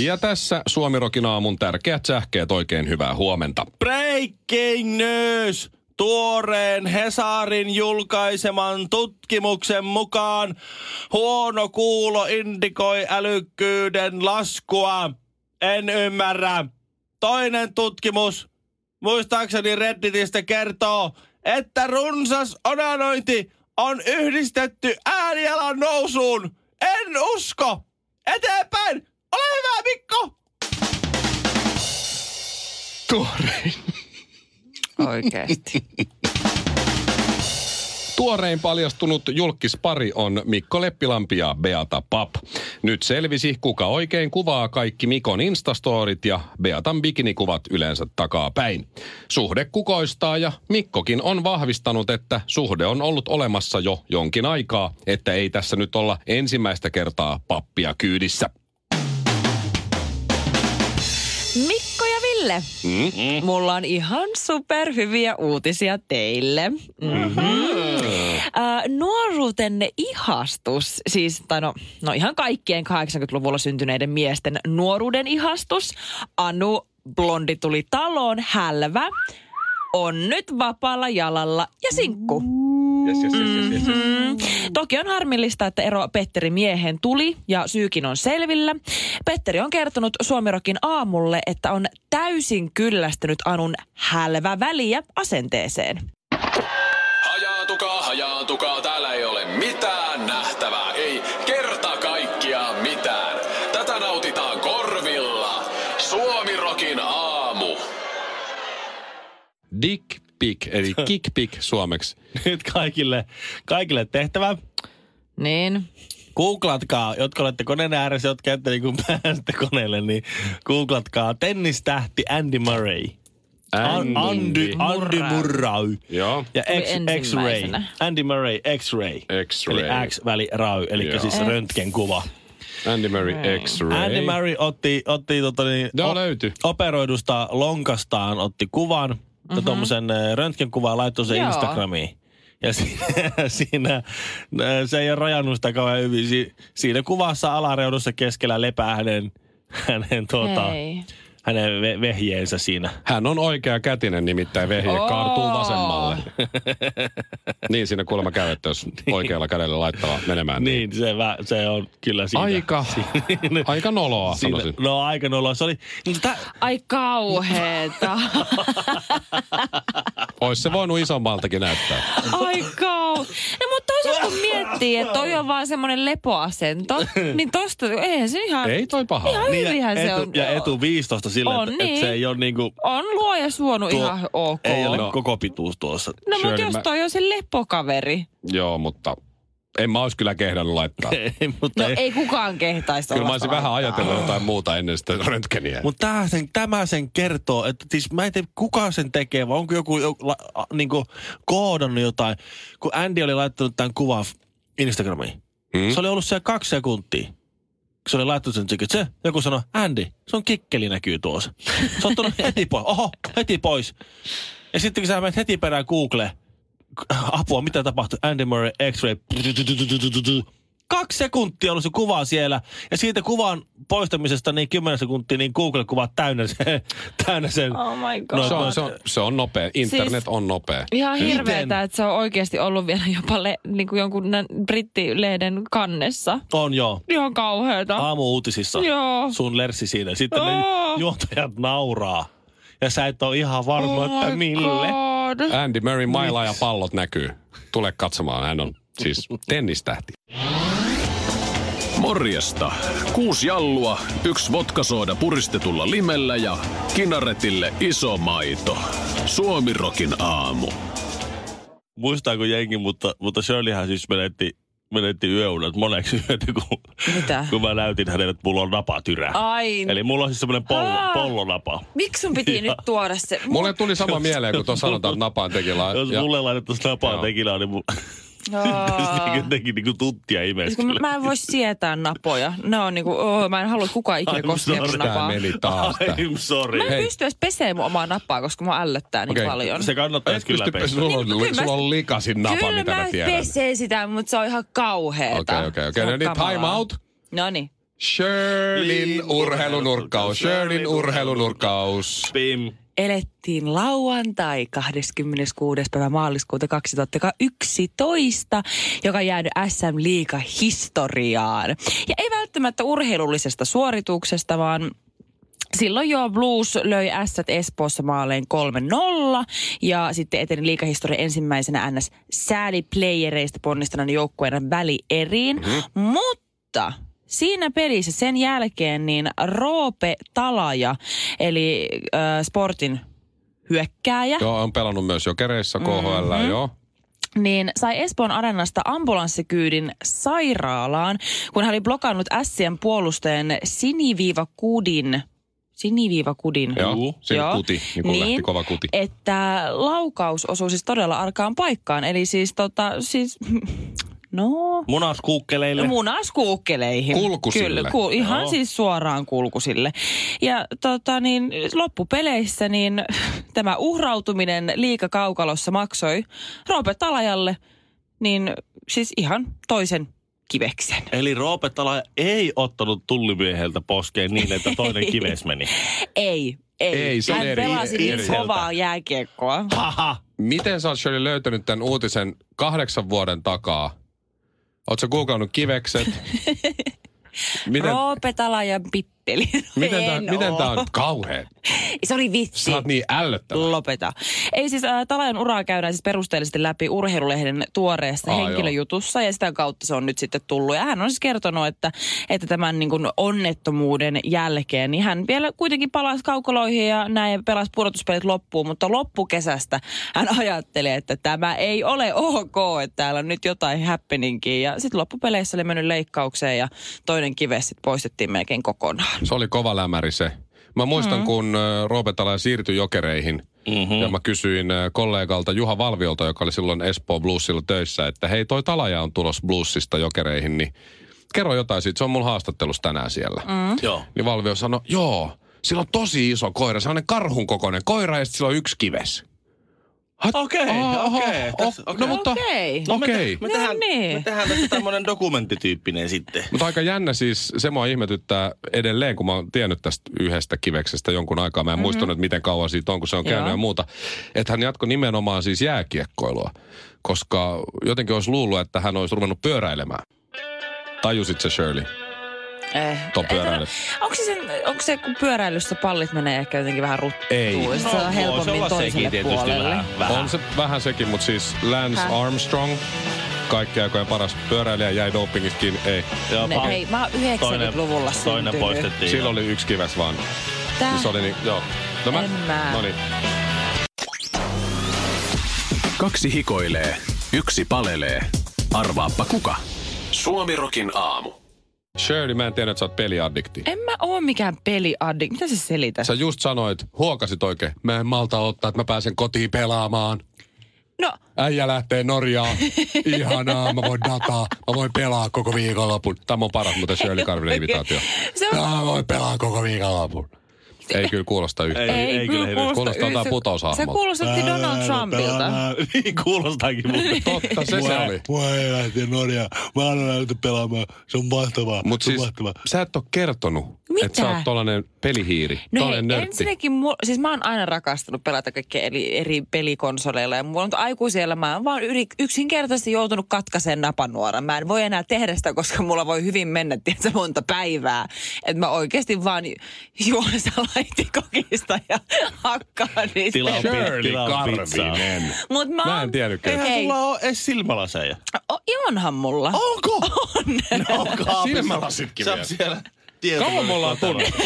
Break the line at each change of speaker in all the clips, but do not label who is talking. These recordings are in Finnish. Ja tässä Suomirokin aamun tärkeät sähkeet. Oikein hyvää huomenta.
Breaking news! Tuoreen Hesarin julkaiseman tutkimuksen mukaan huono kuulo indikoi älykkyyden laskua. En ymmärrä. Toinen tutkimus, muistaakseni Redditistä kertoo, että runsas onanointi on yhdistetty äänialan nousuun. En usko! Eteenpäin! Ole hyvä, Mikko!
Tuorein.
Oikeesti.
Tuorein paljastunut julkispari on Mikko Leppilampi ja Beata Pap. Nyt selvisi, kuka oikein kuvaa kaikki Mikon instastorit ja Beatan bikinikuvat yleensä takapäin. Suhde kukoistaa ja Mikkokin on vahvistanut, että suhde on ollut olemassa jo jonkin aikaa, että ei tässä nyt olla ensimmäistä kertaa pappia kyydissä.
Mikko ja Ville, mm-hmm. mulla on ihan superhyviä uutisia teille. Mm-hmm. Äh, nuoruutenne ihastus, siis tai no, no ihan kaikkien 80-luvulla syntyneiden miesten nuoruuden ihastus. Anu Blondi tuli taloon, hälvä, on nyt vapaalla jalalla ja sinkku.
Yes, yes, yes, yes,
Mm-hmm.
yes, yes.
Mm. Toki on harmillista, että ero Petteri miehen tuli ja syykin on selvillä. Petteri on kertonut Suomirokin aamulle, että on täysin kyllästynyt Anun hälvä väliä asenteeseen.
Hajaantukaa, hajaantukaa, täällä ei ole mitään nähtävää, ei kerta kaikkiaan mitään. Tätä nautitaan korvilla. Suomirokin aamu.
Dick pic, eli kick pic suomeksi.
Nyt kaikille, kaikille tehtävä.
Niin.
Googlatkaa, jotka olette koneen ääressä, jotka ette niin kuin pääsette koneelle, niin googlatkaa tennistähti Andy Murray. Andy, Andy, Andy Murray.
Joo.
Ja
Tuli
X, X-ray.
ensimmäisenä.
Andy Murray, X-ray.
X-ray.
Eli X-väli Ray, eli
Joo.
siis röntgenkuva.
Andy Murray X-ray.
Andy Murray otti, otti tota niin,
Joo, löytyi.
operoidusta lonkastaan otti kuvan mm-hmm. ja tuommoisen röntgenkuvan laittoi sen
Mhm. Joo.
Instagramiin. Ja siinä, siinä, ö, se ei ole rajannut sitä kauhean hyvin. Si, siinä kuvassa alareudussa keskellä lepää hänen, hänen, tuota,
Hei.
hänen ve, vehjeensä siinä.
Hän on oikea kätinen nimittäin vehje,
Oo.
kaartuu vasemmalle. niin siinä kuulemma käy, että jos oikealla kädellä laittaa menemään. Niin.
Niin, se, vä, se on kyllä siitä.
Aika, aika noloa
Siitä,
sanoisin.
no aika noloa. Se oli, mutta tää,
Ai kauheeta.
Ois se voinut isommaltakin näyttää.
Ai kau. No mutta toisaalta kun miettii, että toi on vaan semmoinen lepoasento, niin tosta, eihän se ihan...
Ei toi paha.
Ihan
niin, ja,
hyvihän se
etu,
on.
ja etu 15 silleen,
On,
että, että
niin.
se ei ole niinku
On luoja suonut
Tuo-
ihan ok.
Ei ole
No.
koko pituus tuossa.
No mutta
Shirley,
jos
mä-
toi on se lepokaveri.
Joo, mutta en mä ois kyllä kehdannut laittaa.
Ei, mutta
No ei, kukaan kehtaisi
Kyllä mä
tollasta
olisin vähän
laittaa.
ajatellut jotain muuta ennen sitä röntgeniä.
Mut tämä sen, tämä sen kertoo, että siis mä en tiedä kuka sen tekee, vai onko joku jo, la, a, niinku, koodannut jotain. Kun Andy oli laittanut tämän kuvan f- Instagramiin,
Hmm?
hmm? se oli ollut siellä kaksi sekuntia. Kun se oli laittanut sen tsekit, se, joku sanoi, Andy, sun kikkeli näkyy tuossa. Se on tullut heti pois, oho, heti pois. Ja sitten kun sä menet heti perään Google, apua, mitä tapahtui, Andy Murray, X-ray, kaksi sekuntia ollut se kuva siellä, ja siitä kuvan poistamisesta niin 10 sekuntia, niin Google kuvat täynnä sen, täynnä sen
Oh my god.
No,
se, on, se, on, se on nopea. Internet
Siis-
on nopea.
Ihan
Miten?
hirveetä, että se on oikeasti ollut vielä jopa le, niin kuin jonkun nä- brittilehden kannessa.
on joo,
Ihan kauheeta.
aamu-uutisissa,
Joo.
sun lersi siinä. Sitten
Joo.
ne juontajat nauraa, ja sä et ole ihan varma,
Oh
että
my
mille.
God.
Andy Murray mailla ja pallot näkyy. Tule katsomaan, hän on siis tennistähti.
Morjesta. Kuusi jallua, yksi vodkasooda puristetulla limellä ja kinaretille iso maito. Suomirokin aamu.
muistaako jengi, mutta, mutta Shirleyhän siis menetti menettiin yöunet moneksi yötä, kun,
Mitä?
kun mä näytin hänelle, että mulla on napatyrä.
Ai.
Eli mulla on siis semmoinen pollo,
Ah.
pollonapa.
Miksi sun piti nyt tuoda se?
Mulle tuli sama mieleen, kun tuossa sanotaan, että napaan tekilaa.
Jos
Ja-
mulle laitettaisiin napaa
Joo.
tekilaa, niin mulla... Sitten jotenkin niinku tuntia
Siis Kun mä-
imeskelee.
mä en voi sietää napoja. Ne on niinku, oh, mä en halua että kukaan ikinä
I'm
koskea mun
sorry.
Tää
napaa.
meni taas. tää.
I'm sorry.
Mä en
Hei.
pysty edes pesee mun omaa nappaa, koska mä ällöttää niin
Okei.
paljon.
Se kannattaisi
Et
kyllä
pysty,
pestä.
sulla, on,
Niin, kyllä
No sulla on likasin napa,
Kyllä
mitä
mä
mä tiedän.
pesee sitä, mutta se on ihan kauheeta.
Okei, okei,
Se
okei.
on
No niin, time
kamalaa.
out.
Noniin.
Shirleyn urheilunurkkaus, Shirleyn urheilunurkkaus.
Pim.
elettiin lauantai 26. päivä maaliskuuta 2011, joka on jäänyt SM Liiga historiaan. Ja ei välttämättä urheilullisesta suorituksesta, vaan Silloin jo Blues löi S Espoossa maaleen 3-0 ja sitten eteni liikahistorian ensimmäisenä NS sääliplayereista ponnistanan joukkueena välieriin. Mm-hmm. Mutta siinä pelissä sen jälkeen niin Roope Talaja, eli äh, sportin hyökkääjä,
Joo, on pelannut myös jokereissa KHL, joo.
niin sai Espoon arenasta ambulanssikyydin sairaalaan, kun hän oli blokannut Sien puolustajan siniviivakudin, siniviivakudin,
Joo, siinä
Joo.
kuti, niin kuin
Niin.
lähti kova kuti.
että laukaus osui siis todella arkaan paikkaan. Eli siis tota, siis, no...
Munaskuukkeleille.
Munaskuukkeleihin.
Kulkusille.
Kyllä, ku, ihan Joo. siis suoraan kulkusille. Ja tota, niin, loppupeleissä niin, tämä uhrautuminen liikakaukalossa maksoi Roope Talajalle niin, siis ihan toisen kiveksen.
Eli Roope Tala ei ottanut tullimieheltä poskeen niin, että toinen kives meni.
Ei, ei.
Ei, se on
Hän
eri-
pelasi
eri-
niin
eri-
kovaa jääkiekkoa.
Haha!
Miten sä oot Shirley löytänyt tämän uutisen kahdeksan vuoden takaa? Oot sä googlannut kivekset? Miten,
Roope Talajan pippeli.
miten, tää,
En
miten
oo.
tää on kauhea?
no. Se oli vitsi.
Sä oot niin ällöttävä.
Lopeta. Ei siis äh, Talajan uraa käydään siis perusteellisesti läpi urheilulehden tuoreessa
Aa,
Aa, henkilöjutussa joo. ja sitä kautta se on nyt sitten tullut. Ja hän on siis kertonut, että, että tämän niin kuin onnettomuuden jälkeen, niin hän vielä kuitenkin palasi kaukoloihin ja näin ja pelasi pudotuspelit loppuun, mutta loppukesästä hän ajattelee, että tämä ei ole ok, että täällä on nyt jotain happeningia. Ja sitten loppupeleissä oli mennyt leikkaukseen ja toinen kives sitten poistettiin melkein kokonaan.
Se oli kova lämäri se. Mä muistan, mm-hmm. kun ö, Roope Tala siirtyi jokereihin. Mm-hmm. Ja mä kysyin ö, kollegalta Juha Valviolta, joka oli silloin Espoo Bluesilla töissä, että hei toi Talaja on tulos Bluesista jokereihin, niin kerro jotain siitä. Se on mun haastattelussa tänään siellä. Mm.
Hmm?
Joo.
Niin Valvio sanoi, joo, sillä on tosi iso koira, sellainen karhun kokoinen koira ja sitten sillä on yksi kives. Hat-
Okei,
Aa, aha,
okei,
o-
kas- okei.
No mutta,
Okei.
okei. Okay.
Me,
No
tehdään,
niin.
me tehdään tästä tämmönen dokumenttityyppinen sitten.
Mutta aika jännä siis, se mua ihmetyttää edelleen, kun mä oon tiennyt tästä yhdestä kiveksestä jonkun aikaa. Mä en mm-hmm. muistanut, että miten kauan siitä on, kun se on käynyt
Mhm. Joo.
ja muuta. Että hän jatkoi nimenomaan siis jääkiekkoilua, koska jotenkin olisi luullut, että hän olisi ruvennut pyöräilemään. Tajusit se Shirley,
Eh,
ton pyöräilyn?
Onko se, sen, onko se, kun pyöräilyssä pallit menee ehkä jotenkin vähän ruttuun?
Ei.
No, se on helpommin
olla
toiselle
sekin tietysti
puolelle.
vähän- vähän.
On se vähän sekin, mutta siis Lance
Häh?
Armstrong, kaikki aikojen paras pyöräilijä, jäi dopingista kiinni. Ei,
Joo,
Ne,
pa-
hei, mä oon 90-luvulla
Toinen
syntynyt.
poistettiin.
sillä oli yksi kives vaan.
Tää-
Niin se oli niin, joo. No
En mä.
No niin.
Kaksi hikoilee, yksi palelee. Arvaappa kuka? Suomirokin aamu.
Shirley, mä en tiedä, että sä oot peliaddikti.
En mä oo mikään peliaddik. Mitä sä selität?
Sä just sanoit, huokasit oikein, mä en malta ottaa, että mä pääsen kotiin pelaamaan.
No,
Äijä lähtee Norjaan. Ihanaa, mä voin dataa. Mä voin pelaa koko viikonlopun. Tämä on paras, mutta Shirley Karvinen imitaatio.
se on...
Mä voin pelaa koko viikonlopun. Ei kyllä kuulosta yhtään.
Ei, ei kyllä hirveästi.
Kuulostaa jotain
se-
putoushahmolta.
Se kuulosti Donald Trumpilta.
äh,
niin kuulostaakin muuten.
Totta, se se oli.
Mua ei lähtee Norjaa. Mä annan näytä pelaamaan. Se on mahtavaa.
Mutta
se on
siis
mahtavaa.
sä et ole kertonut,
Mitä?
että sä oot tollanen pelihiiri.
No hei,
tollanen nörtti.
ensinnäkin, mu- siis mä oon aina rakastanut pelata kaikkia eri, eri pelikonsoleilla ja mulla on aikuisella mä oon vaan yri, yksinkertaisesti joutunut katkaiseen napanuoran. Mä en voi enää tehdä sitä, koska mulla voi hyvin mennä, tiedätkö, monta päivää. Että mä oikeasti vaan juon salaitikokista ja hakkaan niistä.
Tilaa
Shirley Karvinen.
Mut mä,
Mä en
oon-
tiennytkään.
Eihän
Ei,
sulla ole edes silmälaseja.
O- onhan mulla.
Onko? On. No, kaapissa.
Silmälasitkin
Sä
vielä.
oot siellä
Tieto-
Kauan me ollaan
kotona.
tunnettu.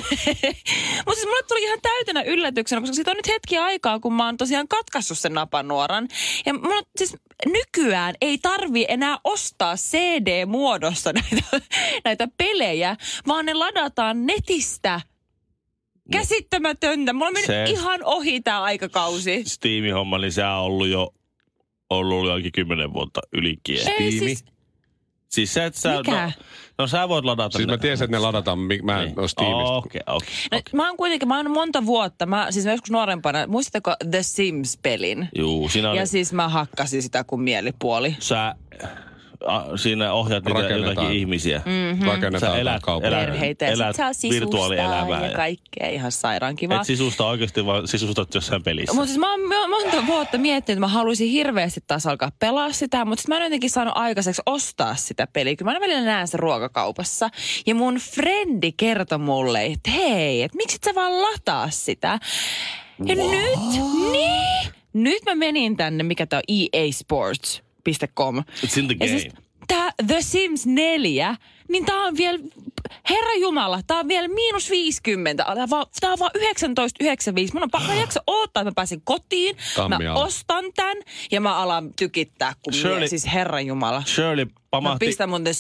Mutta siis mulle tuli ihan täytenä yllätyksenä, koska siitä on nyt hetki aikaa, kun mä oon tosiaan katkaissut sen napanuoran. Ja mulla siis nykyään ei tarvi enää ostaa CD-muodossa näitä, näitä pelejä, vaan ne ladataan netistä. Käsittämätöntä. Mulla on mennyt
Se-
ihan ohi tämä aikakausi.
Steam-homma, niin se on ollut jo ollut jokin kymmenen vuotta ylikin.
Ei siis,
Siis sä et sä...
Mikä?
No, no sä voit ladata Niin.
Siis mä tiesin, että ne ladataan, mi- mä en ole Steamista.
Okei, okei.
no, mä oon kuitenkin, mä oon monta vuotta, mä, siis mä joskus nuorempana, muistatteko The Sims-pelin?
Juu, siinä on...
Ja siis mä hakkasin sitä kuin mielipuoli.
Sä a, siinä ohjaat niitä
Rakennetaan.
jotakin ihmisiä. Mm.
Rakennetaan
Sä
elät,
elät-
kaupunki.
elät-
Mhm. perheitä ja
elät
sit saa sisustaa
virtuaalielämää
ja
ja-
kaikkea ihan sairaan kivaa.
Et siis- sisusta oikeasti vaan sisustat jossain pelissä.
Mutta siis mä oon mä oon monta vuotta miettinyt, että mä haluaisin hirveästi taas alkaa pelaa sitä, mutta sitten mä en jotenkin saanut aikaiseksi ostaa sitä peliä. Kyllä mä aina välillä näen sen ruokakaupassa. Ja mun frendi kertoi mulle, että hei, että miksi et sä vaan lataa sitä? Ja nyt, niin, nyt mä menin tänne, mikä tää on E EA Sports.com.
It's in the
Ja
game.
siis tää The Sims 4, niin tää on vielä, herra jumala, tää on vielä miinus 50. Tää on vaan, tää on vaan 19,95. Mun on pakko jaksa odottaa, että mä pääsen kotiin, mä
Tammialla.
ostan tän ja mä alan tykittää, kun Shirley,
Shirley-
mie, siis herra jumala.
Shirley
Mä
pamahti
pistän mun The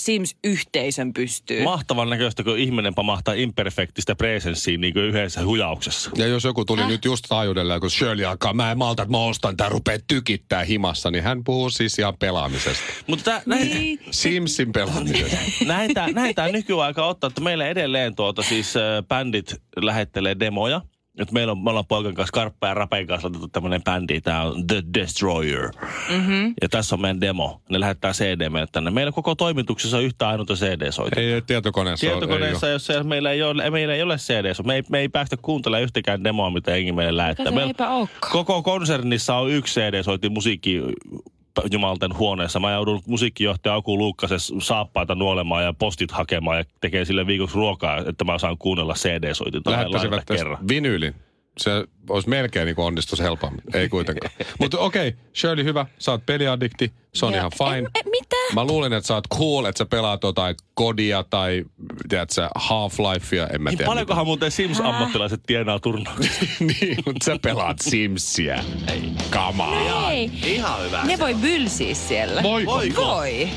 Sims-yhteisön pystyyn.
mahtavan näköistä, kun ihminen pamahtaa imperfektistä presenssiin niin kuin yhdessä hujauksessa.
Ja jos joku
Ah.
tuli nyt just taajuudella, kun Shirley alkaa, mä en malta, että mä ostan tää, rupee tykittää himassa, niin hän puhuu siis ihan pelaamisesta.
Mutta tää, näin, niin.
Simsin pelaamisesta.
näin, tää, näin tää nykyaika ottaa, että meillä edelleen tuota, siis äh, bändit lähettelee demoja. Nyt meillä on, me ollaan poikan kanssa, Karppa ja Rapen kanssa otettu tämmönen bändi, tää on The Destroyer. Mm-hmm. Ja tässä on meidän demo. Ne lähettää CD meille tänne. Meillä koko toimituksessa on yhtä ainutta CD-soita.
Ei, tietokoneessa,
Tietokoneessa,
Ei
jos ei, meillä, ei ole, meillä ei ole CD, me ei, me ei päästä kuuntelemaan yhtäkään demoa, mitä jengi meille lähettää.
Kato,
Meillä,
eipä olekaan.
koko konsernissa on yksi CD, soitti musiikki äh, jumalten huoneessa. Mä joudun musiikkijohtaja Aku Luukkasen saappaita nuolemaan ja postit hakemaan ja tekee sille viikoksi ruokaa, että mä saan kuunnella CD-soitinta.
ole.
näin laidalta
Lähettäisivät tästä
kerran.
vinyylin. Se olisi melkein niin onnistus helpommin. Ei kuitenkaan. Mutta okei, okay, Shirley, hyvä. Sä oot peliaddikti. Se on
Ja-
ihan fine.
En- en- mitä?
Mä luulen, että sä oot cool, että sä pelaat jotain kodia tai tiedät sä, Half-Lifea, en mä
Niin
tiedä.
paljonkohan muuten Sims-ammattilaiset tienaa turnauksessa?
mitä. niin, mutta sä pelaat Simsiä. Ei. Come on.
No Ei,
Ihan hyvä.
ne voi bylsiä siellä.
Voiko?
Voi.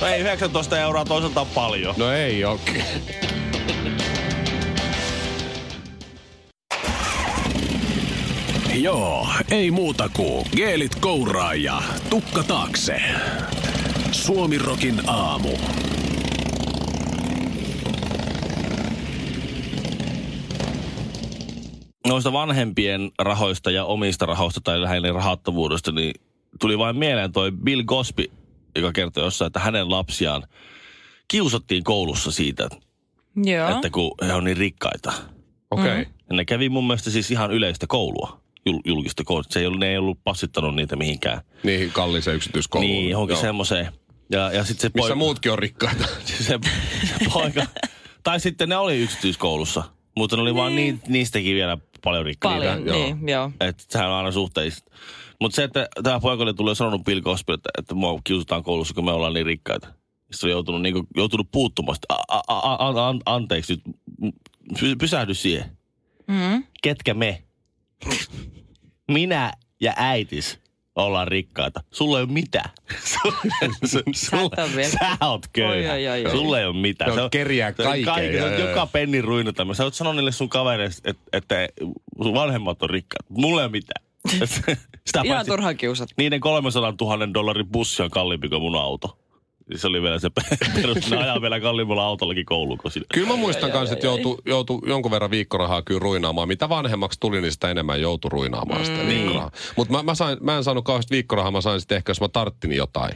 No ei 19 euroa toiselta on paljon.
No ei oo. Okay.
Joo, ei muuta kuin geelit kouraa ja tukka taakse. Suomirokin aamu.
noista vanhempien rahoista ja omista rahoista tai lähinnä rahattomuudesta, niin tuli vain mieleen toi Bill Cosby, joka kertoi jossain, että hänen lapsiaan kiusattiin koulussa siitä,
Joo.
että kun he on niin rikkaita.
Okei. Okay.
Mm-hmm.
Mm.
Ja ne kävi mun mielestä siis ihan yleistä koulua, jul- julkista koulua. Se ei ollut, ne ei ollut passittanut niitä mihinkään.
Niin, kalliiseen yksityiskouluun.
Niin, johonkin
Joo.
semmoiseen. Ja, ja sitten se
Missä
poika-
muutkin on rikkaita.
se, se poika. tai sitten ne oli yksityiskoulussa, mutta ne oli niin. vaan niin, niistäkin vielä paljon rikkaita.
Paljon,
joo.
niin, joo.
Että sehän on aina suhteista. Mutta se, että tämä poika oli tullut ja sanonut Bill Cosby, että, että mua kiusataan koulussa, kun me ollaan niin rikkaita. Sitten on joutunut, niin kuin, joutunut puuttumaan. Sitten, a, a, a, a, an, anteeksi nyt, M- py, pysähdy siihen. Mm.
Mm-hmm.
Ketkä me? Minä ja äitis ollaan rikkaita. Sulla ei ole mitään. Sulla,
et oo vielä-
sä oot köyhä.
Oi, oi, oi, oi.
Sulla ei ole mitään.
Sä oot kerjää
sä oot
kaiken.
sä oot
Joo, joo, joo.
joka penni ruinata. Sä oot sanonut niille sun kavereille, että, että sun vanhemmat on rikkaat. Mulla ei ole mitään. Sitä
Ihan
paitsi
turha kiusat.
niiden 300 000 dollarin bussi on kalliimpi kuin mun auto. Siis Se oli vielä se perus. Ne ajaa vielä kalliimmalla autollakin kouluun kuin sinä.
Kyllä mä muistan myös, että joutui, joutui jonkun verran viikkorahaa kyllä ruinaamaan. Mitä vanhemmaksi tuli, niin sitä enemmän joutui ruinaamaan sitä mm. viikkorahaa. Mutta mä, mä, sain, mä en saanut kauheasti viikkorahaa, mä sain sitten ehkä, jos mä tarttin jotain.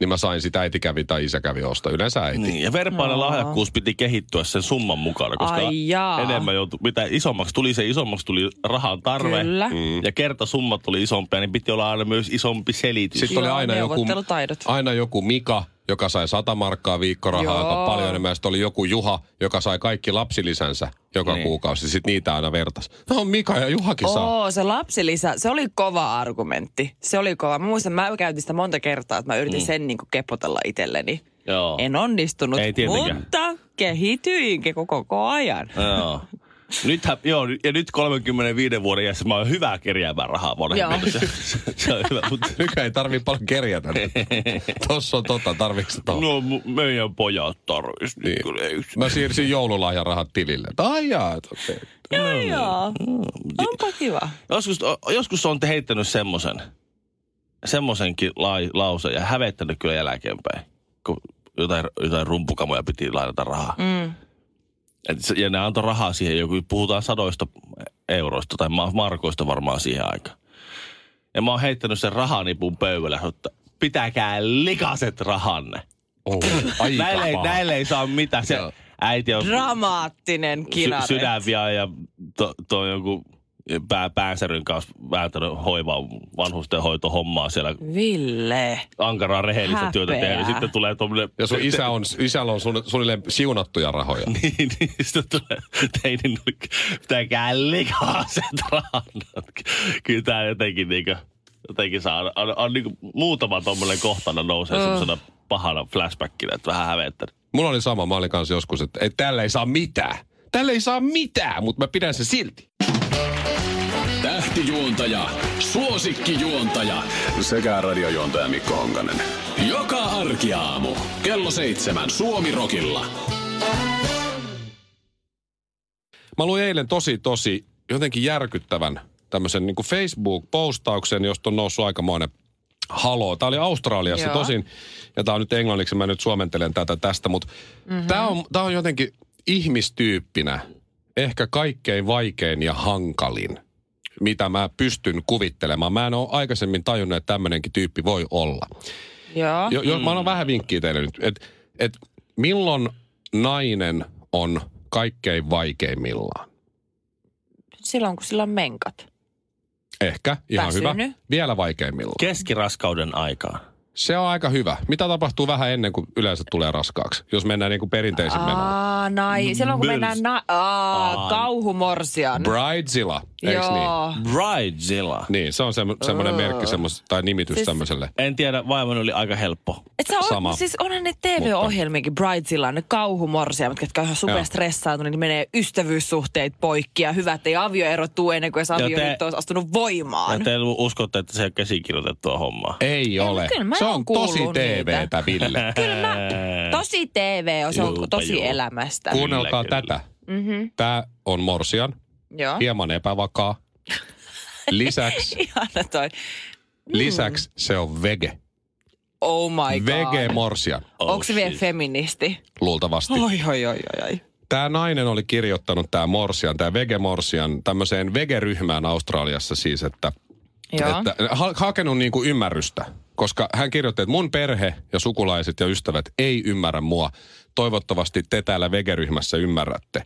Niin mä sain sitä, äiti kävi tai isä kävi ostaa. Yleensä äiti.
Niin, ja verbaalinen lahjakkuus piti kehittyä sen summan mukana, koska
Ai jaa.
enemmän joutui, mitä isommaksi tuli, se isommaksi tuli rahan tarve.
Kyllä.
Ja kerta summat oli isompia, niin piti olla aina myös isompi selitys.
Sitten oli
Joo,
aina joku,
neuvottelutaidot.
aina joku Mika, joka sai 100 markkaa viikkorahaa,
Joo.
joka paljon enemmän. Sitten oli joku Juha, joka sai kaikki lapsilisänsä joka niin. kuukausi. Sitten niitä aina vertas. No Mika ja Juhakin saa.
Oo, se lapsilisä, se oli kova argumentti. Se oli kova. Mä muistan, mä käytin sitä monta kertaa, että mä yritin mm. sen niin kuin kepotella niinku itselleni.
Joo.
En onnistunut,
Ei tietenkään.
mutta kehityinkin koko ajan.
Joo. Nythän, joo, ja nyt 35 vuoden iässä mä oon hyvä kerjäämään rahaa vanhemmille.
Joo.
Se, se, se on hyvä, mutta
Nykä ei tarvii paljon kerjätä. Tossa on tota, tarviiko tota?
no, mu- meidän pojat tarvis. Niin.
Niin.
Kyllä, yksi.
Mä siirsin joululahjarahat tilille. Ai jaa, et okei.
No
Joo,
niin.
joo.
Mm.
Onpa kiva.
Joskus, o- joskus on heittänyt semmoisen, semmoisenkin lai, lause ja hävettänyt kyllä jälkeenpäin, kun jotain, jotain rumpukamoja piti lainata rahaa.
Mm.
Et se- Ja ne antoi rahaa siihen, joku, puhutaan sadoista euroista tai ma- markoista varmaan siihen aikaan. Ja mä oon heittänyt sen rahanipun pöydälle, että pitäkää likaset rahanne.
Ollut Oh, aika
Näille, ei-
paha.
näille ei saa mitään. Se
Joo.
äiti on
Dramaattinen kinaret.
sydänvia ja to, to joku pää, päänsäryn kanssa vääntänyt hoivaa vanhustenhoitohommaa siellä
Ville.
ankaraa rehellistä
Häpeää.
työtä tehdä. Ja sitten tulee tuommoinen...
Ja sun isä on, isällä on sun, suunnilleen siunattuja rahoja.
niin, niin, sitten tulee teinin nurkka. Pitäkää likaa sen rannat. Kyllä tää jotenkin niinku, jotenkin saa, on, on, on niinku muutama tommonen kohtana nousee
Mm.
semmosena pahana flashbackina, että vähän hävettänyt.
Mulla oli sama, mä olin kanssa joskus, että et, tällä ei saa mitään. Tällä ei saa mitään, mutta mä pidän se silti.
Tähtijuontaja, suosikkijuontaja sekä radiojuontaja Mikko Honkanen. Joka arkiaamu kello seitsemän Suomi Rokilla.
Mä luin eilen tosi, tosi jotenkin järkyttävän tämmöisen niin Facebook-postauksen, josta on noussut aikamoinen haloo. Tämä oli Australiassa
Joo.
tosin, ja tämä on nyt englanniksi, mä nyt suomentelen tätä tästä, mutta mm-hmm. tämä, on, tämä on jotenkin ihmistyyppinä ehkä kaikkein vaikein ja hankalin, mitä mä pystyn kuvittelemaan. Mä en ole aikaisemmin tajunnut, että tämmöinenkin tyyppi voi olla.
Joo.
Jo, jo, mä annan vähän vinkkiä teille nyt, että et milloin nainen on kaikkein vaikeimmillaan?
Silloin kun sillä on menkat.
Ehkä, ihan
Väsynyt.
hyvä. Vielä vaikeimmillaan.
Keskiraskauden aikaan.
Se on aika hyvä. Mitä tapahtuu vähän ennen kuin yleensä tulee raskaaksi, jos mennään niin kuin perinteisen menoon?
Aa, nai. Silloin kun
Böls.
mennään na- Aa,
Aa.
kauhumorsian.
Bridezilla, eikö niin?
Joo.
Bridezilla.
Niin, se on se, semmoinen merkki semmos, tai nimitys siis...
Siis-
tämmöiselle.
En tiedä, vaimon oli aika helppo.
Et sä
Sama.
oot, siis onhan ne TV-ohjelmiakin, Bridesilla on ne kauhumorsia, mitkä jotka on ihan super
Joo.
stressaantuneet, niin menee ystävyyssuhteet poikki ja hyvä, ettei avioero tuu ennen kuin se
te-
avioliitto te... olisi astunut
Ja
voimaan.
te uskotte, että se on käsikirjoitettua hommaa.
Ei ole.
mutta kyllä mä
se
oon
on
kuullut
tosi
niitä.
TVtä, Ville.
Kyllä mä, tosi TV on, se
Juupa
on tosi
juu.
elämästä. Kun...
Kuunnelkaa
kyllä.
tätä.
Mm-hmm.
Tämä on morsian,
Joo.
hieman epävakaa. Lisäksi
Ihana toi.
Lisäksi se on vege.
Oh my god.
Vege-morsia,
Onko se
Oh, shit.
vielä feministi?
luultavasti.
Oi, oi, oi, oi, oi.
Tämä nainen oli kirjoittanut tämä morsian, tämä vege-morsian, tämmöiseen vege-ryhmään Australiassa siis, että,
Joo.
että ha- hakenut niinku ymmärrystä. Koska hän kirjoitti, että mun perhe ja sukulaiset ja ystävät ei ymmärrä mua. Toivottavasti te täällä vegeryhmässä ymmärrätte.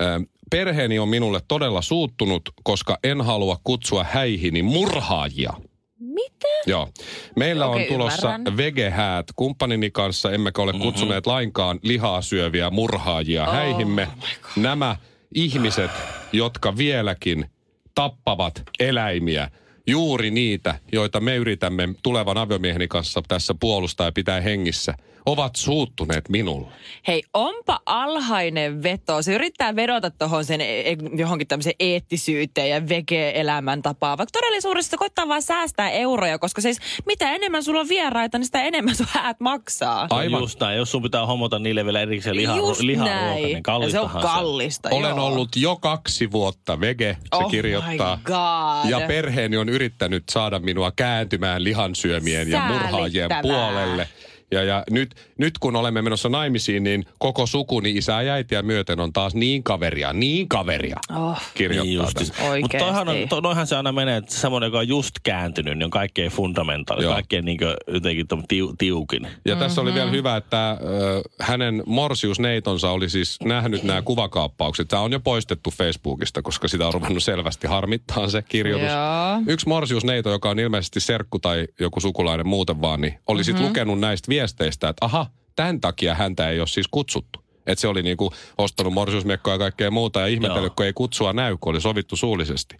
Ö, Perheeni on minulle todella suuttunut, koska en halua kutsua häihini murhaajia.
Mitä?
Joo. Meillä
Okei,
on tulossa
ymmärrän.
vegehäät kumppanini kanssa, emmekä ole kutsuneet lainkaan lihaa syöviä murhaajia oh häihimme. Nämä ihmiset, jotka vieläkin tappavat eläimiä, juuri niitä, joita me yritämme tulevan aviomieheni kanssa tässä puolustaa ja pitää hengissä, ovat suuttuneet minulle.
Hei, onpa alhainen veto. Se yrittää vedota tohon sen, e- e- johonkin tämmöiseen eettisyyteen ja vege-elämän tapaan. Vaikka todellisuudessa se koittaa vaan säästää euroja, koska siis mitä enemmän sulla on vieraita, niin sitä enemmän sun häät maksaa.
Aivan.
Just näin. Jos sun pitää homota niille vielä erikseen liha,
Just
liharuoka,
näin.
niin
Ja se on
kallistahan
kallista,
Olen
joo.
ollut jo kaksi vuotta vege, se
Oh my
kirjoittaa.
God.
Ja perheeni on yrittänyt saada minua kääntymään lihansyömien ja murhaajien
Säälittävää.
puolelle. Ja, ja nyt, nyt kun olemme menossa naimisiin, niin koko sukuni isää ja äitiä myöten on taas niin kaveria, niin kaveria,
Oh.
Niin
kirjoittaa
justiis.
tämän.
Oikeesti.
Mutta toihan on, to, noihan se aina menee, että semmoinen, joka on just kääntynyt, niin on kaikkein fundamentaali,
Joo.
kaikkein niin jotenkin tommo tiu, tiukin.
Ja tässä oli vielä hyvä, että ö, hänen morsiusneitonsa oli siis nähnyt nämä kuvakaappaukset. Tämä on jo poistettu Facebookista, koska sitä on ruvennut selvästi harmittaa se kirjoitus.
Joo.
Yksi morsiusneito, joka on ilmeisesti serkku tai joku sukulainen muuten vaan, niin oli mm-hmm. sitten lukenut näistä viesteistä, että aha, tämän takia häntä ei ole siis kutsuttu. Että se oli niinku ostanut morsiusmekkoa ja kaikkea muuta ja ihmetellyt,
Joo.
kun ei kutsua näy, kun oli sovittu suullisesti.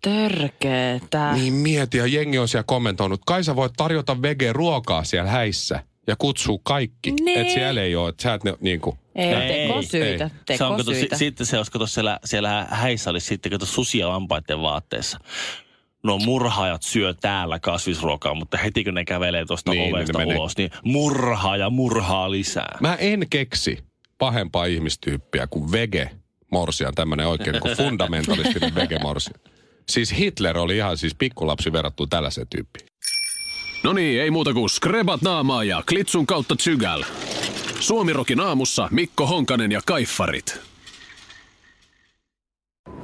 Törkeetä.
Niin mieti, ja jengi on siellä kommentoinut, kai sä voit tarjota vege-ruokaa siellä häissä ja kutsuu kaikki.
Niin.
Että siellä ei ole, että sä et ne, niin kuin,
Ei,
Ei.
tekosyitä,
Se on, kato, si-
tekosyitä.
sitten se olisi kato siellä, siellä häissä olisi sitten kato susia lampaiden vaatteessa. No murhaajat syö täällä kasvisruokaa, mutta heti kun ne kävelee tuosta
Niin,
niin, ovesta
ne menee.
ulos, niin murhaaja murhaa lisää.
Mä en keksi pahempaa ihmistyyppiä kuin vege morsian, tämmöinen oikein niin kuin fundamentalistinen vege morsian. Siis Hitler oli ihan siis pikkulapsi verrattuna tällaiseen tyyppiin.
No niin, ei muuta kuin skrebat naamaa ja klitsun kautta tsygäl. Suomirokin aamussa Mikko Honkanen ja Kaiffarit.